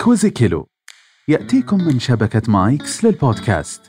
كوزيكيلو يأتيكم من شبكة مايكس للبودكاست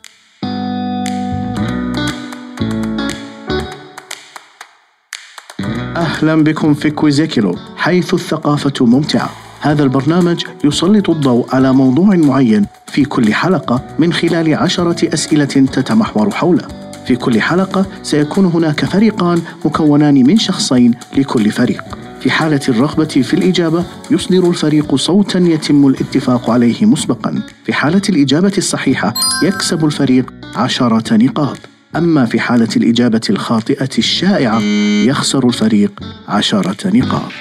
أهلا بكم في كويزيكيلو حيث الثقافة ممتعة هذا البرنامج يسلط الضوء على موضوع معين في كل حلقة من خلال عشرة أسئلة تتمحور حوله في كل حلقة سيكون هناك فريقان مكونان من شخصين لكل فريق في حالة الرغبة في الإجابة يصدر الفريق صوتا يتم الاتفاق عليه مسبقا في حالة الإجابة الصحيحة يكسب الفريق عشرة نقاط أما في حالة الإجابة الخاطئة الشائعة يخسر الفريق عشرة نقاط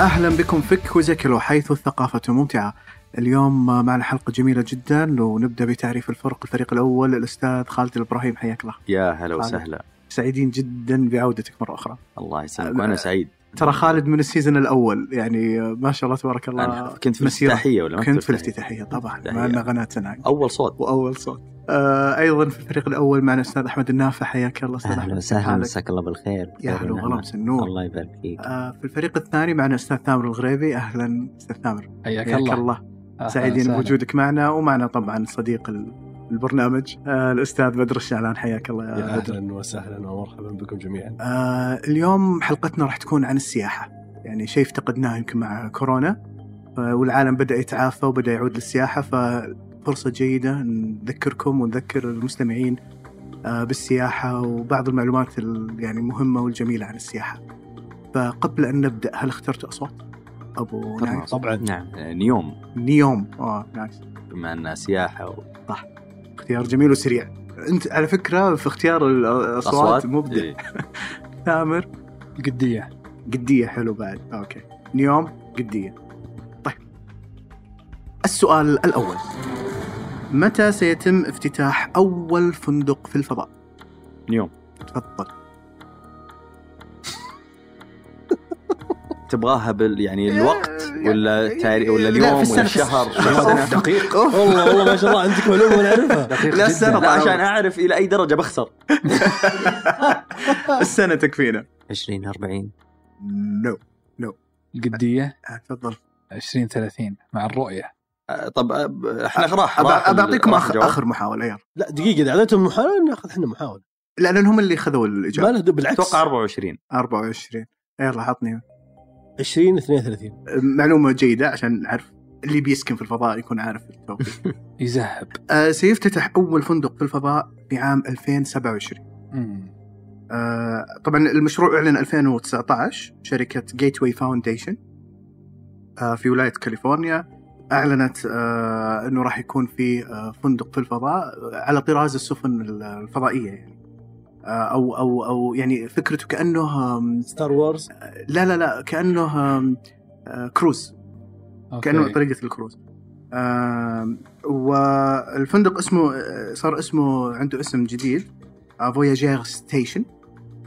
أهلا بكم في كوزيكلو حيث الثقافة ممتعة اليوم معنا حلقة جميلة جدا ونبدأ بتعريف الفرق الفريق الأول الأستاذ خالد الإبراهيم حياك الله يا هلا خالد. وسهلا سعيدين جدا بعودتك مرة أخرى الله يسلمك هلا. وانا سعيد ترى خالد من السيزون الأول يعني ما شاء الله تبارك انا الله كنت في مسيرة. الافتتاحيه ولا ما كنت في الافتتاحية طبعا معنا قناة هناك اول صوت واول صوت آه ايضا في الفريق الاول معنا الاستاذ احمد النافع حياك الله استاذ اهلا احمد وسهلا حالك؟ مساك الله بالخير يا خير هلا ونعمة. وغلا مسنون الله يبارك فيك آه في الفريق الثاني معنا الاستاذ ثامر الغريبي اهلا استاذ ثامر حياك حياك الله, الله أهلاً سعيدين وسهلاً. بوجودك معنا ومعنا طبعا صديق ال- البرنامج آه الاستاذ بدر الشعلان حياك الله يا يا بدر اهلا وسهلا ومرحبا بكم جميعا آه اليوم حلقتنا راح تكون عن السياحه يعني شيء افتقدناه يمكن مع كورونا آه والعالم بدا يتعافى وبدا يعود للسياحه ففرصه جيده نذكركم ونذكر المستمعين آه، بالسياحة وبعض المعلومات ال- يعني المهمة والجميلة عن السياحة فقبل أن نبدأ هل اخترت أصوات؟ أبو طبعاً. نايف طبعا نعم آه، نيوم نيوم آه نايس بما انها سياحه و... اختيار جميل وسريع أنت على فكرة في اختيار ال- الأصوات مبدع إيه. ثامر قديه قدية حلو بعد أوكي نيوم قدية طيب السؤال الأول متى سيتم افتتاح أول فندق في الفضاء؟ نيوم تفضل تبغاها بال يعني الوقت ولا التاريخ ولا إيه. لا، في اليوم ولا السنة. الشهر في السنة. ولا السنة؟ دقيق والله والله ما شاء الله عندك معلومه انا اعرفها لا السنة لا عشان طبعاً. اعرف الى اي درجه بخسر السنة تكفينا 20 40 نو آه، قديه تفضل 20 30 مع الرؤيه آه، طب آه، ب- احنا راح راح أب- ال- بعطيكم راح اخر الجواب. اخر محاول يلا لا دقيقه اذا اعطيتهم محاوله ناخذ احنا محاوله لا لان هم اللي خذوا ما الاجابه له دخل، بالعكس اتوقع 24 24 يلا عطني 20 32 معلومه جيده عشان نعرف اللي بيسكن في الفضاء يكون عارف التوقيت. يزهب آه سيفتتح اول فندق في الفضاء في عام 2027 مم. آه طبعا المشروع اعلن 2019 شركه جيت واي فاونديشن آه في ولايه كاليفورنيا اعلنت آه انه راح يكون في آه فندق في الفضاء آه، على طراز السفن الفضائيه يعني آه او او او يعني فكرته كانه آم، ستار وورز لا لا لا كانه آم، آه، كروز أوكي. كانه طريقه الكروز آم، والفندق اسمه آه، صار اسمه عنده اسم جديد آه، فوياجير ستيشن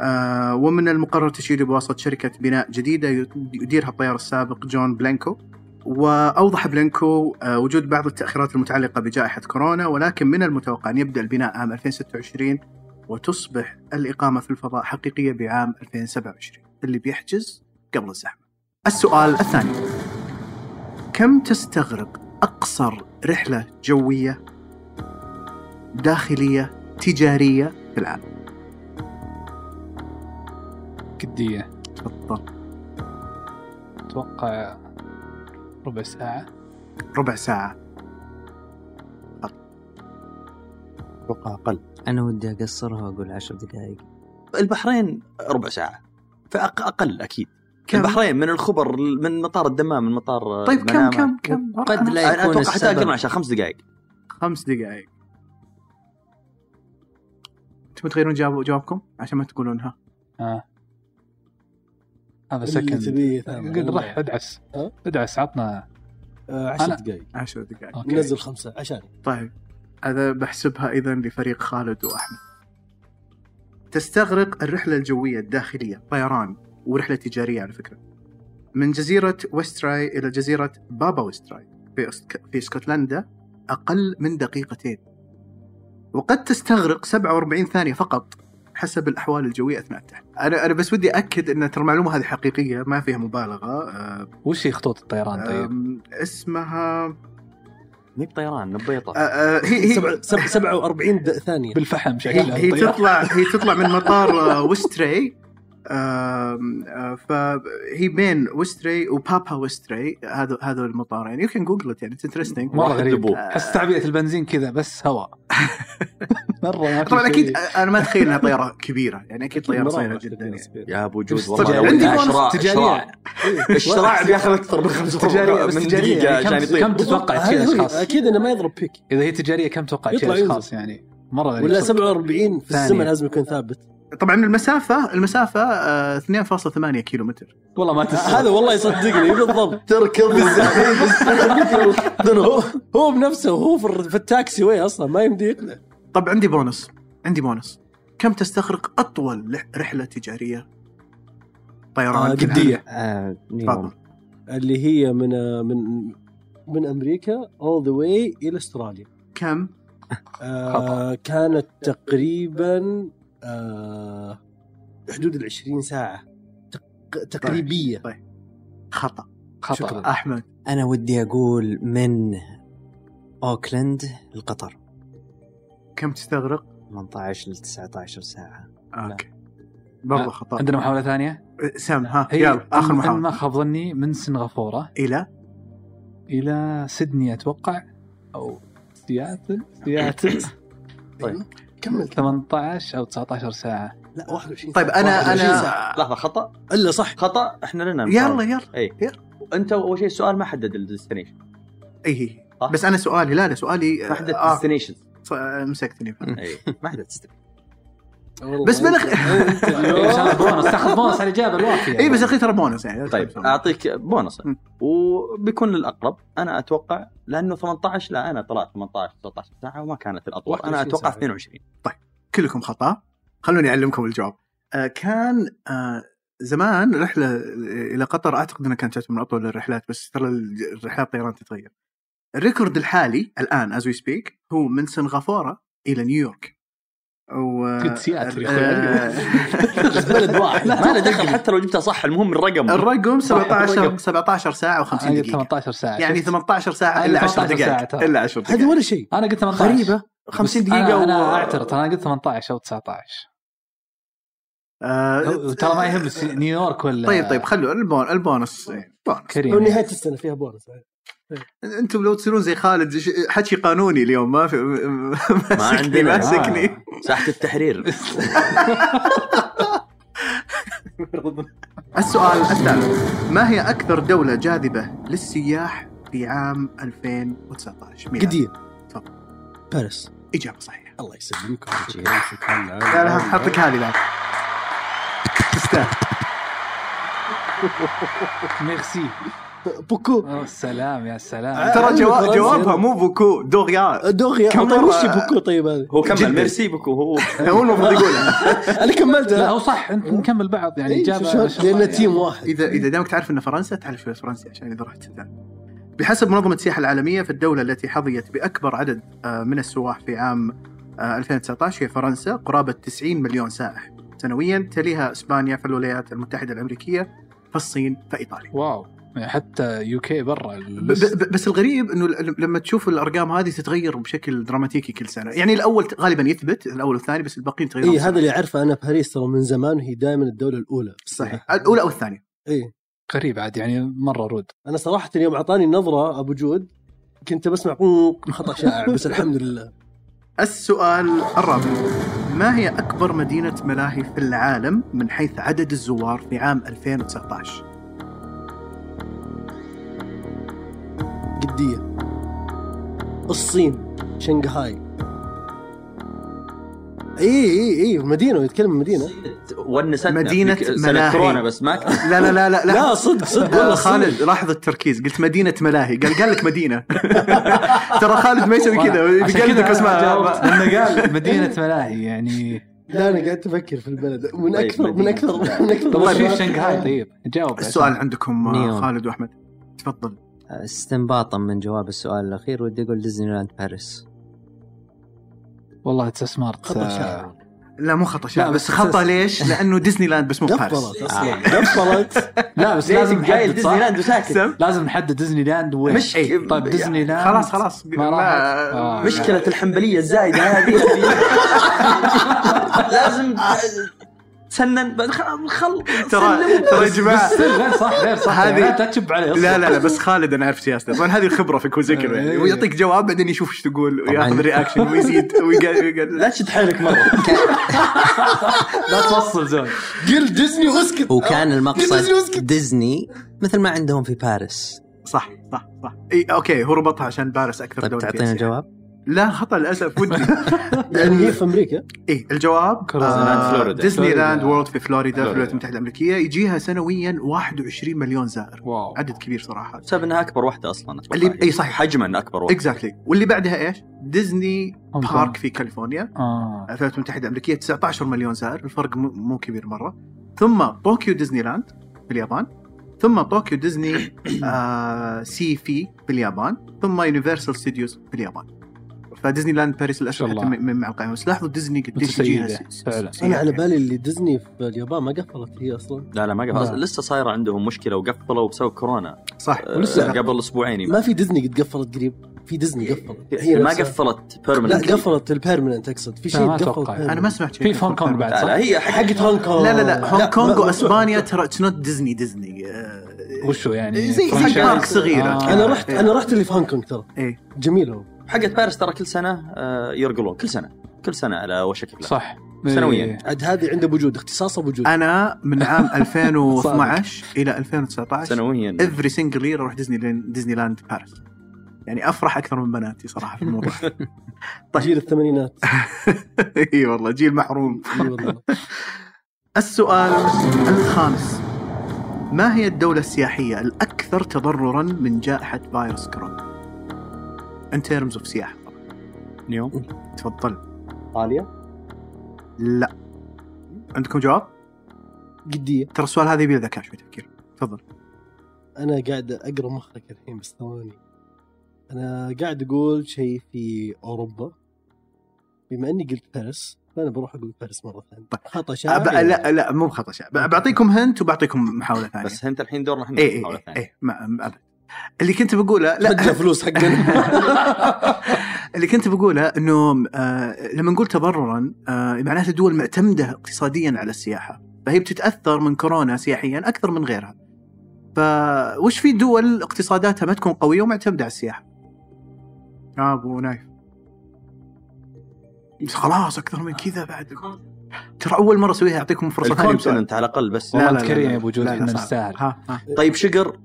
آه، ومن المقرر تشييده بواسطه شركه بناء جديده يديرها الطيار السابق جون بلانكو واوضح بلانكو آه، وجود بعض التاخيرات المتعلقه بجائحه كورونا ولكن من المتوقع ان يبدا البناء عام 2026 وتصبح الاقامه في الفضاء حقيقيه بعام 2027 اللي بيحجز قبل الزحمه. السؤال الثاني كم تستغرق أقصر رحلة جوية داخلية تجارية في العالم؟ قديه تفضل اتوقع ربع ساعه ربع ساعة اتوقع اقل انا ودي اقصرها واقول 10 دقائق البحرين ربع ساعه فاقل اكيد كم؟ البحرين من الخبر من مطار الدمام من مطار آه، طيب كم منامة. كم كم؟ قد لا انا يكون اتوقع حتى اقل من السبب عشان خمس دقائق خمس دقائق تبون تغيرون جواب- جوابكم عشان ما تقولونها آه. هذا اللي سكند تبيه قل رح ادعس ها؟ ادعس عطنا 10 أنا- دقائق عشر دقائق أوكي. ننزل خمسه عشان طيب هذا بحسبها إذا لفريق خالد وأحمد تستغرق الرحلة الجوية الداخلية طيران ورحلة تجارية على فكرة من جزيرة ويستراي إلى جزيرة بابا ويستراي في, أسك... في اسكتلندا أقل من دقيقتين وقد تستغرق 47 ثانية فقط حسب الاحوال الجويه اثناء التحليل انا انا بس ودي اكد ان ترى المعلومه هذه حقيقيه ما فيها مبالغه آه، وش هي خطوط الطيران طيب؟ آم، اسمها مي بطيران آه، نبيطه آه، هي هي سبعة- سبعة- 47 د- ثانيه بالفحم هي, شكلها هي الطيارة. تطلع هي تطلع من مطار آه، وستري آم، آه، فهي بين وستري وبابا وستري هذا هذا المطارين يو كان جوجل يعني انترستنج مره غريب آه. دبوب. احس تعبئه البنزين كذا بس هواء مره ما في طبعا شيء. اكيد انا ما اتخيل انها طياره كبيره يعني اكيد طياره صغيره جدا يعني. يا ابو جود بس والله لو تجارية. إنها عندي شراء- بونص تجاريه شراء. طيب. الشراع بياخذ اكثر من خمس تجارية بس من تجارية دقيقه يعني كم- عشان يطير كم تتوقع تشيل اشخاص؟ اكيد انه ما يضرب بيك اذا هي تجاريه كم توقع يطلع تشيل ينزل. اشخاص يعني مره غريب ولا صدق. 47 في ثانية. الزمن لازم يكون ثابت طبعا المسافه المسافه آه، 2.8 كيلو متر والله ما تستاهل هذا والله يصدقني بالضبط تركب هو هو بنفسه هو في الر- في التاكسي وين اصلا ما يمدي يقنع طب عندي بونص عندي بونص كم تستغرق اطول لح- رحله تجاريه طيران آه، كذا. جدية. آه تفضل نيوم اللي هي من من من امريكا اول ذا واي الى استراليا كم آه كانت تقريبا آه حدود ال 20 ساعه تق- تقريبيه خطا خطر شكرا احمد أنا ودي أقول من أوكلاند لقطر كم تستغرق 18 ل 19 ساعة اوكي برضه لا. خطا عندنا محاوله ثانيه سام ها هي يلا اخر إن- إن ما محاوله خاب ظني من سنغافوره الى الى سيدني اتوقع او سياتل سياتل طيب. كمل 18 او 19 ساعه لا 21 طيب انا انا لحظه خطا الا صح خطا احنا لنا يلا يلا انت اول شيء السؤال ما حدد الديستنيشن اي هي صح. بس انا سؤالي لا لا سؤالي ما حدد آه، الديستنيشن ص- مسكتني ما حدد destination. بس بالاخير إيه، عشان بونص تاخذ بونص على الاجابه الوافيه اي بس اخي ترى بونس يعني طيب اعطيك بونص مم. وبيكون الاقرب انا اتوقع لانه 18 لا انا طلعت 18 19 ساعه وما كانت الاطول انا 21 اتوقع ساعة. 22 كلكم خطا خلوني اعلمكم الجواب آه، كان آه، زمان رحله الى قطر اعتقد انها كانت من اطول الرحلات بس ترى الرحلات الطيران تتغير الريكورد الحالي الان از وي سبيك هو من سنغافوره الى نيويورك و قد سياتل يا آه، اخوي بلد واحد ما له دخل حتى لو جبتها صح المهم الرقم الرقم 17 الرقم. 17 ساعه و50 انا قلت دقيقه 18 ساعه يعني أيوة، شفت؟ 18 ساعه أنا الا 10 18 ساعة دقائق ترى. الا 10 دقائق هذه ولا شيء انا قلت 18 غريبه 50 بس دقيقه انا, و- أنا اعترض انا قلت 18 او 19 آه، هو- ترى ما يهم س- نيويورك ولا طيب طيب خلوا البون البونص بونص كريم ونهايه السنه فيها بونص انتم لو تصيرون زي خالد ش- حكي قانوني اليوم ما في ماسكني عندنا. ماسكني ساحه التحرير السؤال الثالث ما هي اكثر دوله جاذبه للسياح في عام 2019 ميلاد. قديم تفضل. باريس اجابه صحيحه الله يسلمك ويعطيك جيد. العافية. تعال، لا لا تعال. حطك هذه بعد تستاهل ميرسي بوكو أوه، سلام يا سلام آه. ترى فرنسا. جو... جوابها مو بوكو دوريا دوغيا كم طيب مرة- وش بوكو طيب هذا هو كمل جداً. ميرسي بك وهو هو المفروض يقولها انا لا كملتها هو صح انت نكمل بعض يعني إيه، اجابه شو- ما شاء الله لان يعني. تيم واحد اذا اذا دامك تعرف ان فرنسا تعرف شوي فرنسي عشان اذا رحت ذا. بحسب منظمه السياحه العالميه فالدوله التي حظيت باكبر عدد آه، من السواح في عام آه، 2019 هي فرنسا قرابه 90 مليون سائح سنويا تليها اسبانيا فالولايات المتحده الامريكيه فالصين فايطاليا واو يعني حتى يو كي برا ب- ب- بس الغريب انه ل- لما تشوف الارقام هذه تتغير بشكل دراماتيكي كل سنه يعني الاول غالبا يثبت الاول والثاني بس الباقيين يتغيرون اي إيه، هذا اللي اعرفه انا باريس ترى من زمان وهي دائما الدوله الاولى صحيح الاولى او الثانيه اي غريب عاد يعني مره رود انا صراحه يوم اعطاني نظره ابو جود كنت بسمع قوق خطا شائع بس الحمد لله السؤال الرابع ما هي أكبر مدينة ملاهي في العالم من حيث عدد الزوار في عام 2019؟ جديه الصين شنغهاي إيه، اي اي اي مدينه يتكلم مدينه ونستنا مدينة فيك- ملاهي. سنة كورونا بس ما كان لا لا لا لا لا صدق صدق والله آه، الصين. خالد لاحظ التركيز قلت مدينة ملاهي قال قال لك مدينة ترى خالد ما يسوي كذا عشان كذا بقلبك أنا جاوبت، اسمها لانه قال مدينه ملاهي يعني لا انا قاعد افكر في البلد من طيب، اكثر من مدينة. اكثر من اكثر طب البلد. شوف طيب، شنغهاي طيب جاوب السؤال عندكم آه، نيوم. خالد واحمد تفضل استنباطا آه، من جواب السؤال الأخير ودي أقول ديزني لاند باريس والله تسمارت خطا شائع لا مو خطا شعب لا، بس بس خطا أساس- ليش؟ لانه ديزني لاند بس مو بفارس قفلت اصلا قفلت إيه، لا بس ليش لازم قايل نحدد ديزني صح؟ لاند وساكت سم؟ لازم نحدد ديزني لاند وين مش إيه، طيب يعني ديزني لاند خلاص خلاص ما راحت. آه. مشكلة الحنبلية الزايدة هذه لازم تسنن بعد خلاص خل ترى ترى يا جماعه بس غير صح غير صح يعني. هذه- هذه لا تشب عليه لا لا لا بس خالد انا اعرف سياسته طبعا هذه الخبره في كوزيكا يعني إيه. ويعطيك جواب بعدين يشوف ايش تقول وياخذ آه، طبعاً. رياكشن ويزيد ويقل- ويقل- لا تشد حيلك مرة لا توصل زون قل ديزني واسكت وكان ديزني المقصد واسكت. ديزني مثل ما عندهم في باريس صح صح صح اي اوكي هو ربطها عشان بارس اكثر طيب دولة في تعطينا آسيا. جواب لا خطا للاسف ودي يعني هي في امريكا اي الجواب كروزلاند، آه، فلوريدا. ديزني فلوريدا. لاند وورلد في فلوريدا في الولايات فلوريدا. المتحده الامريكيه يجيها سنويا 21 مليون زائر واو عدد كبير صراحه بسبب انها اكبر واحدة اصلا أتوقع. اللي- أي صحيح. حجما اكبر واحدة اكزاكتلي واللي بعدها ايش؟ ديزني هونغ كونغ. بارك في كاليفورنيا اه الولايات المتحده الامريكيه 19 مليون زائر الفرق مو- مو كبير مره ثم طوكيو ديزني لاند في اليابان ثم طوكيو ديزني آه سي في في اليابان ثم يونيفرسال ستوديوز في اليابان فديزني لاند باريس الاشهر الله. حتى م- م- مع القائمه بس لاحظوا ديزني قديش متسيدة، يجيها س- س- فعلا. سياح انا على يعني. بالي اللي ديزني في اليابان ما قفلت هي اصلا لا لا ما قبل لا. لسه صايرة عندهم مشكلة وقفلوا بسبب كورونا صح آه، ولسه- قبل اسبوعين يمكن. ما في ديزني قد قفلت قريب في ديزني قفلت هي إيه. ما نفسها. قفلت لا بيرمننت قفلت البيرمننت اقصد في شيء ما قفل أتوقع. permanent. انا ما سمعت شيء في فون كونغ بعد لا لا صح؟ هي حق حقت هونغ كونغ لا لا لا هونغ كونغ ما- واسبانيا ترى اتس نوت ديزني ديزني آه، إيه. وشو يعني؟ زي فرنشايز؟ زي بارك صغيره آه. انا رحت انا رحت اللي في هونغ كونغ ترى إيه. جميل هو حقت باريس ترى كل سنة آه، يرقلون كل سنة كل سنة على وشك لا. صح سنوياً. إيه. عاد هذه عنده وجود اختصاصه بوجود آه، انا من عام 2012 الى 2019 سنويا افري سنجل يير اروح ديزني لين- ديزني لاند باريس يعني افرح اكثر من بناتي صراحه في الموضوع طيب. جيل الثمانينات اي والله جيل محروم اي إيه والله السؤال الخامس ما هي الدولة السياحية الأكثر تضررا من جائحة فيروس كورونا؟ In terms of سياحة نيوم تفضل ايطاليا لا عندكم جواب؟ جديه ترى السؤال هذا يبي له ذكاء شوي تفكير تفضل انا قاعد اقرا مخك الحين بس ثواني انا قاعد اقول شيء في اوروبا بما اني قلت باريس فانا بروح اقول باريس مره ثانيه خطا شعب أب... طيب. لا لا مو بخطا شعب بعطيكم هنت وبعطيكم محاولة ثانية بس انت الحين دورنا احنا اي محاولة اي ثانية. اي إيه، ما ما- أبد. اللي كنت بقوله لا بدنا فلوس حقنا اللي كنت بقوله انه آه لما نقول تضررا آه معناته الدول معتمده اقتصاديا على السياحه فهي بتتاثر من كورونا سياحيا اكثر من غيرها فوش في دول اقتصاداتها ما تكون قويه ومعتمده على السياحه يا ابو نايف بس خلاص اكثر من كذا بعد ترى اول مره اسويها اعطيكم فرصه ثانيه بسؤال. الكونتنت على الاقل بس لا، لا، والله لا، تكريم لا. يا ابو جود لا، لا، احنا صعب. نستاهل ها ها طيب شقر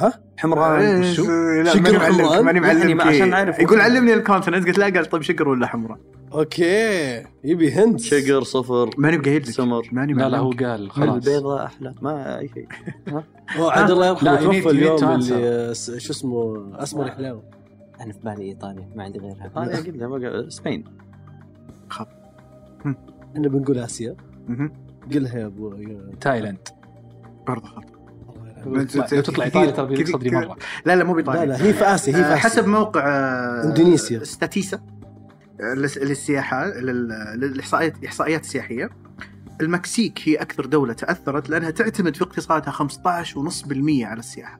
ها؟ حمران إيه، وشو؟ لا شكر ماني معلمك حمران؟ ماني يعني معلمك ما- عشان أعرف يقول وش- علمني الكونتنت قلت لا قال طيب شكر ولا حمراء اوكي يبي هند شقر صفر ماني بقايل سمر. ماني لا لا هو معلمك قال خلاص البيضة احلى ما اي شيء عاد الله يرحمه لا، you need- توفى you need to اليوم answer. اللي آه، س- شو اسمه اسمر حلاوه انا في بالي ايطاليا ما عندي غيرها انا قلت لها آه، بقى- سبين احنا بنقول اسيا مهم. قلها يا ابو يا- تايلاند برضه خطا الله لا، يرحمه. ت- ت- لو تطلع كثير- ايطاليا ترى بيجيك كثير- صدري مره لا لا مو بايطاليا لا لا هي في اسيا هي في آه، اسيا حسب موقع آه، إندونيسيا. ستاتيسا آه، للس- للسياحه لل- للاحصائيات الاحصائيات السياحيه المكسيك هي اكثر دوله تاثرت لانها تعتمد في اقتصادها 15.5% على السياحه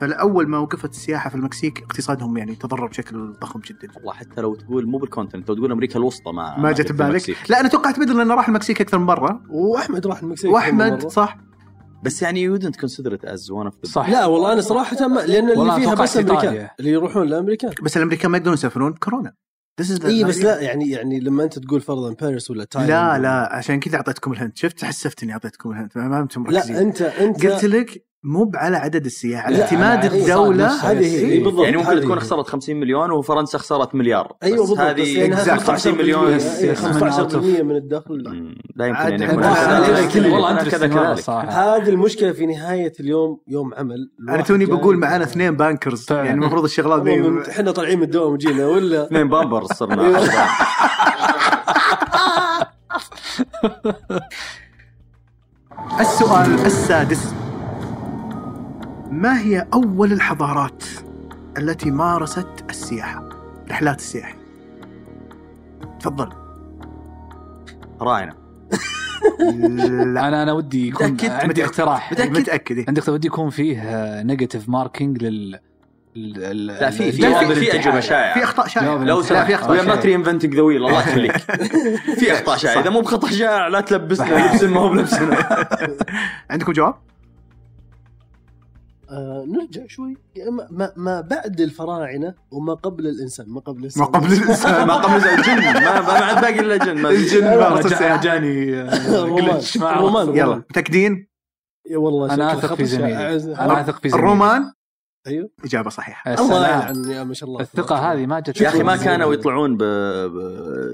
فالاول ما وقفت السياحه في المكسيك اقتصادهم يعني تضرر بشكل ضخم جدا والله حتى لو تقول مو بالكونتنت لو تقول امريكا الوسطى ما ما جت جت ببالك المكسيك. لا انا توقعت بدر لانه راح المكسيك اكثر من مره واحمد راح المكسيك كم واحمد مرة. صح بس يعني يو دنت كونسيدر ات از ون اوف ذا صح لا والله انا صراحه ما لان والله اللي فيها أتوقع بس إيطاليا. امريكان اللي يروحون لامريكا بس الامريكان ما يقدرون يسافرون كورونا This is the- اي بس لا طيب. يعني يعني لما انت تقول فرضا باريس ولا تايلاند لا لا عشان كذا اعطيتكم الهند شفت حسفت اني اعطيتكم الهند ما ما انتم لا مركزين انت انت قلت لك مو على عدد السياحه على لا، اعتماد على عدد الدوله الصادق. هذه هي إيه. إي بالضبط يعني ممكن هذه تكون هي. خسرت 50 مليون وفرنسا خسرت مليار ايوه بس بالضبط بس هذه لأنها exact 15% 50 مليون بالمية. إيه، Yes, yes. 15% من الدخل مم، لا يمكن يعني عاد ان يكون عاد هذا. كذا كذا. والله أنا انت كذا كذلك صراحه هذه المشكله في نهايه اليوم يوم عمل انا توني بقول معانا اثنين بانكرز فعلا. طيب. يعني المفروض الشغلات ذي احنا طالعين من الدوام وجينا ولا اثنين بامبرز صرنا السؤال السادس ما هي اول الحضارات التي مارست السياحه رحلات السياحه تفضل راينا لا انا انا ودي يكون متأكد؟ عندي متأكد؟ اقتراح متاكد إيه. عندي اقتراح ودي يكون فيه نيجاتيف ماركينج لل لل- لا في في جواب في- في الاتحاد. اجوبه في شايعه اخطاء شائعه جواب لو لا سمحت في وي ار اخطاء نوت شائعة. رينفنتنج ذا ويل الله يخليك في اخطاء شائعه اذا مو بخطا شائع لا تلبسنا لبس ما هو بلبسنا عندكم جواب؟ آه نرجع شوي ما, ما, ما بعد الفراعنه وما قبل الانسان ما قبل الانسان ما قبل الانسان ما قبل الجن ما ما عاد باقي الا جن ما في. الجن لا، بارت رجع- الساعة. جاني آه، الرومان glitch، ما أعرف. الرومان يلا يلا متاكدين؟ والله انا شكله اثق في خطر زميلي شائع. انا اثق في زميلي الرومان أيوه. ايوه اجابه صحيحه يا الله سلام. يلعن يا ما شاء الله الثقة هذه ما جت يا اخي ما كانوا يطلعون ب... ب...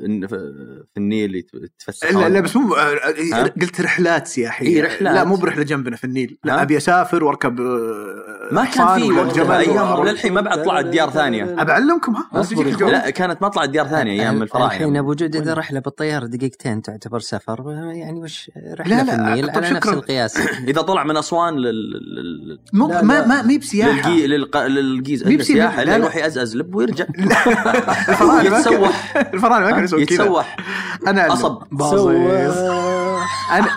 إن- في- في النيل يت- لا لا يتفسحون بس مو أيوه. آه، ها؟ قلت رحلات سياحيه إيه، رحلات. لا مو برحله جنبنا في النيل لا ها؟ ابي اسافر واركب آه، ما كان حصان في ولا وقتها جمل ايام ولا- للحين ما بعد طلعت ديار ثانيه ابى اعلمكم ها بس أصبر يجيك يا الجو. لا كانت ما طلعت ديار ثانيه ايام أه، الحين الفراعنه بوجود اذا رحله بالطياره دقيقتين تعتبر سفر يعني وش لا، رحله لا لا، لا في النيل طب على نفس شكراً. القياس اذا طلع من اسوان لل... لل... مو لا، ما لا. ما مي بسياحه للجي... للق... للجيز ميبسي- إلا سياحه ميبسي- لا لا، لا. يروح يأزأز لب ويرجع الفراعنة ما كان- يتسوح الفراعنه ما كانوا يسوون كذا يتسوح انا أعلم. قصب باظيص انا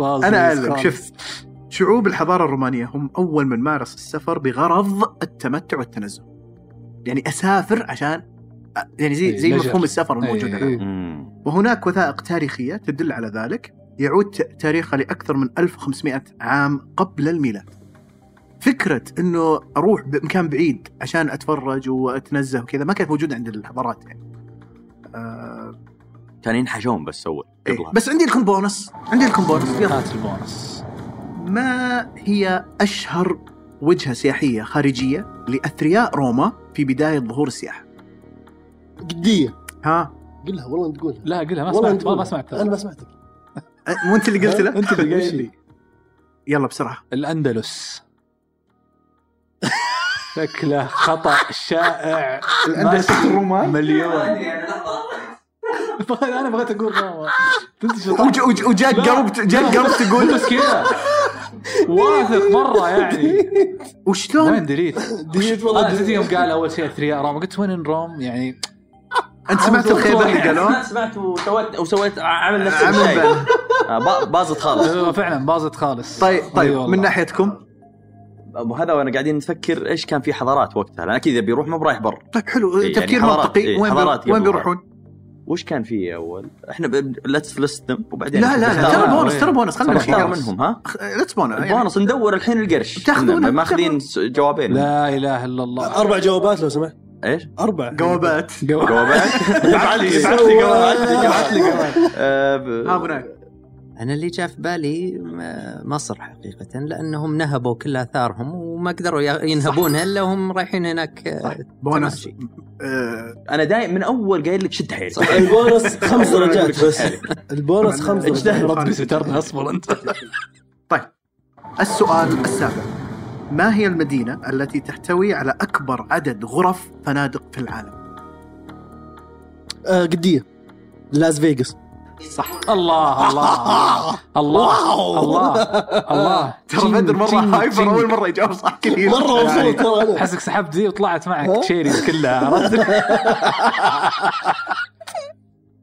انا اعلم شوف شعوب الحضاره الرومانيه هم اول من مارس السفر بغرض التمتع والتنزه يعني اسافر عشان أ- يعني زي إيه، زي leisure. مفهوم السفر الموجود إيه. الان وهناك وثائق تاريخية تدل على ذلك يعود ت- تاريخها لأكثر من 1500 عام قبل الميلاد فكرة أنه أروح بمكان بعيد عشان أتفرج وأتنزه وكذا ما كانت موجودة عند الحضارات يعني آه كان ينحشون بس اول إيه. قبلها بس عندي لكم بونس عندي لكم بونس يلا هات إيه. البونص ما هي أشهر وجهة سياحية خارجية لأثرياء روما في بداية ظهور السياحة قديه ها قلها والله انت قولها لا قلها ما والله أنت سمعت ما- ما قولها. سمعت انا ما سمعتك أه، مو أنت اللي قلت له انت اللي قايل لي يلا بسرعة الاندلس شكله خطا شائع الأندلس ماشي. الرومان مليون بغ- انا بغيت اقول روما وج- وج- وجاك لا. قلب جاك قلب تقول بس كذا واثق مره يعني وشلون وين دريت؟ ديت والله والله دريت ديت. يوم قال اول شيء اثرياء روما قلت وين إن روم يعني انت سمعت الخيبه اللي قالوه؟ انا سمعت وسويت وسويت عامل نفس عمل الشيء بال. آه، با- باظت خالص هو فعلا باظت خالص طيب طيب إي أيوة والله. من ناحيتكم وهذا وانا قاعدين نفكر ايش كان في حضارات وقتها لان اكيد بيروح ما برايح بر طيب حلو إيه، تفكير يعني حضارات- منطقي إيه، وين حضارات بيرو- وين قبل بيروحون؟ وش كان في اول احنا ليتس ليستم وبعدين لا لا لا نختار- ترى لا، بونس وين؟ ترى بونس خلينا نمشي نختار يلا. منهم ها أخ- لا تسبونا يعني. البونص ندور الحين القرش بتاخذونه، إننا بتاخذونه. ماخذين س- جوابين لا اله الا الله أه. اربع جوابات لو سمحت ايش؟ اربع جوابات جوابين ابعت لي ابعت لي جوابات ابعت لي آه، ها جوابين هناك انا اللي جاء في بالي م- مصر حقيقه لانهم نهبوا كل اثارهم وما قدروا ي- ينهبونها الا وهم رايحين هناك آه، بونس تماشي. آه، انا دايم من اول قايل لك شد حيلك البونص خمس درجات بس البونص خمس اجتهد. درجات ربي سترنا اصبر انت طيب، السؤال السابع ما هي المدينة التي تحتوي على أكبر عدد غرف فنادق في العالم؟ آه، قديه لاس فيغاس الله الله الله الله الله ترى بدر مرة هايبر أول أول مرة يجاوب صح كثير مبسوط والله احسك سحبت زي وطلعت معك أه. تشيريز كلها عرفت؟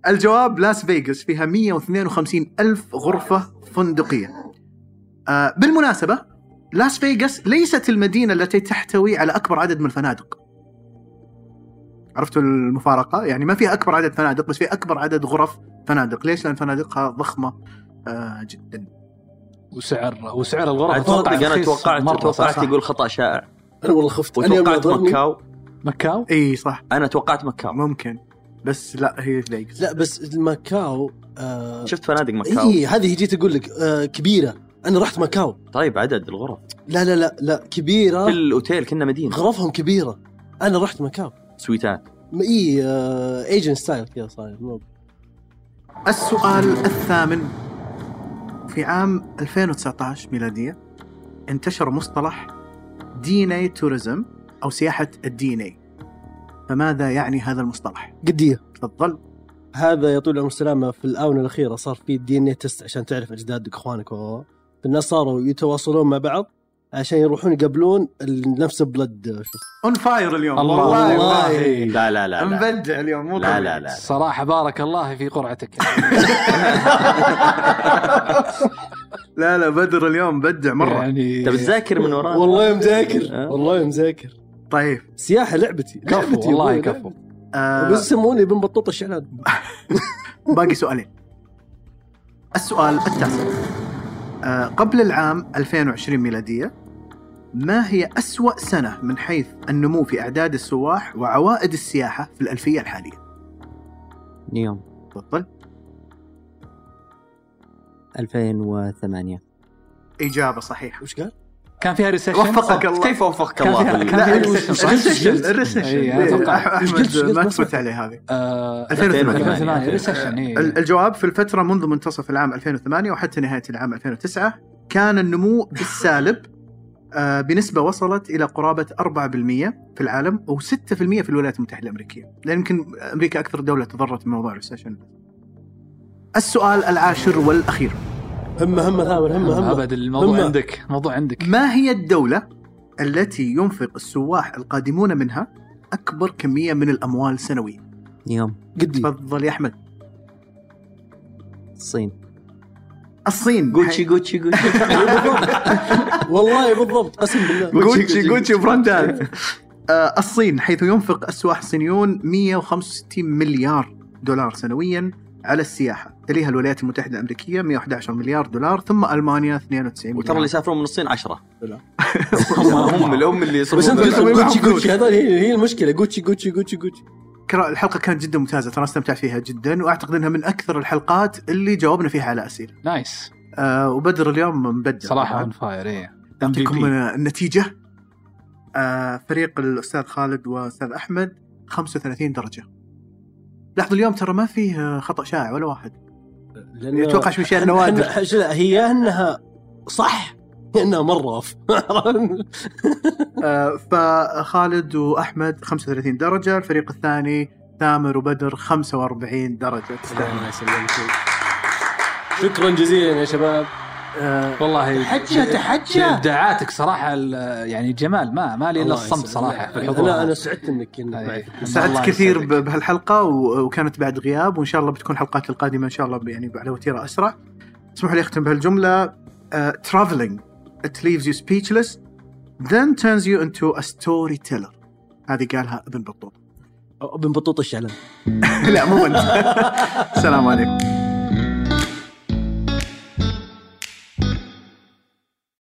الجواب لاس فيغاس فيها 152 ألف غرفة فندقية آه بالمناسبة لاس فيغاس ليست المدينة التي تحتوي على أكبر عدد من الفنادق عرفتوا المفارقة؟ يعني ما فيها أكبر عدد فنادق بس فيها أكبر عدد غرف فنادق ليش؟ لأن فنادقها ضخمة آه جدا وسعر وسعر الغرفه اتوقع اتوقع انا رخيص توقعت مرة، توقعت صح؟ يقول خطا شائع انا والله خفت أنا يوم وتوقعت ضربني- مكاو مكاو اي صح انا توقعت مكاو ممكن بس لا هي فيغاس لا بس ماكاو آه شفت فنادق مكاو اي إيه، هذه جيت اقول لك آه كبيره انا رحت ماكاو طيب عدد الغرف لا لا لا لا كبيره كل اوتيل كنا مدينه غرفهم كبيره انا رحت ماكاو سويتات ما- اي آه ايجنت ستايل كذا صاير مو- السؤال الثامن في عام 2019 ميلادية انتشر مصطلح دي ان اي توريزم او سياحة الدي ان اي فماذا يعني هذا المصطلح؟ قديه تفضل هذا يا طويل العمر السلامه في الاونه الاخيره صار في دي ان تست عشان تعرف اجدادك اخوانك و- الناس صاروا يتواصلون مع بعض عشان يروحون يقابلون ال- نفس بلد شو اسمه اون فاير اليوم الله والله والله. لا لا لا لا مبدع اليوم مو لا طبيعي. لا لا الصراحه بارك الله في قرعتك لا لا بدر اليوم مبدع مره يعني انت بتذاكر طيب، من ورانا والله مذاكر والله مذاكر طيب سياحه لعبتي أه؟ كفو لعبتي والله أبوي، كفو آه، بس يسموني ابن بطوط الشعلان باقي سؤالين السؤال التاسع آه، قبل العام 2020 ميلادية ما هي أسوأ سنة من حيث النمو في أعداد السواح وعوائد السياحة في الألفية الحالية نيوم تفضل 2008 إجابة صحيحة وش قال؟ كان فيها ريسيشن وفقك الله كيف وفقك كان الله فيها في كان فيها لا، ريسيشن صح؟ الريسيشن إيه، أنا الريسيشن أتوقع. إيش قلت- إيش أحمد قلت؟ ما ما تفوت سمعت. عليه هذه آه، 2008. 2008 ريسيشن ال- اي الجواب في الفترة منذ منتصف العام 2008 وحتى نهاية العام 2009 كان النمو بالسالب آه، بنسبة وصلت إلى قرابة 4% في العالم أو 6% في الولايات المتحدة الأمريكية لأن يمكن أمريكا أكثر دولة تضررت من موضوع الريسيشن السؤال العاشر والأخير همه همه ثامر همه همه ابد الموضوع هم- عندك الموضوع عندك ما هي الدولة التي ينفق السواح القادمون منها أكبر كمية من الأموال سنويا نيوم قدي تفضل يا أحمد الصين الصين جوتشي جوتشي جوتشي والله بالضبط قسم بالله جوتشي جوتشي براندات آه، الصين حيث ينفق السواح الصينيون 165 مليار دولار سنويا على السياحه، تليها الولايات المتحده الامريكيه 111 مليار دولار، ثم المانيا 92 وترى اللي مليار يسافرون من الصين 10 لا. هم هم الام اللي يصرفون بس انت فلوسهم. يسوي معهم جوتشي فلوس. جوتشي هذول هي هي المشكله جوتشي جوتشي جوتشي جوتشي كرا- الحلقه كانت جدا ممتازه ترى استمتعت فيها جدا واعتقد انها من اكثر الحلقات اللي جاوبنا فيها على اسئله، نايس آه، وبدر اليوم مبدع صراحه طبعاً. اون فاير اي إيه. أعطيكم النتيجة آه، فريق الأستاذ خالد وأستاذ أحمد 35 درجة لاحظوا اليوم ترى ما فيه آه، خطأ شائع ولا واحد لأن- يتوقع شو شيء حن- نوادر حن- لا هي انها صح هي انها مره اوف آه، فخالد وأحمد 35 درجة الفريق الثاني ثامر وبدر 45 درجة تستاهل. شكرا جزيلا يا شباب آه، والله تحجة، تحجة. ابداعاتك صراحه ال- يعني جمال ما ما لي الا الله الصمت يسعدك. صراحه في الحضور انا انا سعدت انك كنا أي. معي الله سعدت كثير يسعدك. ب- بهالحلقة و- وكانت بعد غياب وإن شاء الله بتكون الحلقات القادمة إن شاء الله ب- يعني على وتيرة أسرع اسمحوا لي أختم بهالجملة uh, traveling it leaves you speechless then turns you into a storyteller هذه قالها ابن بطوط ابن بطوط الشعلان لا مو أنت السلام عليكم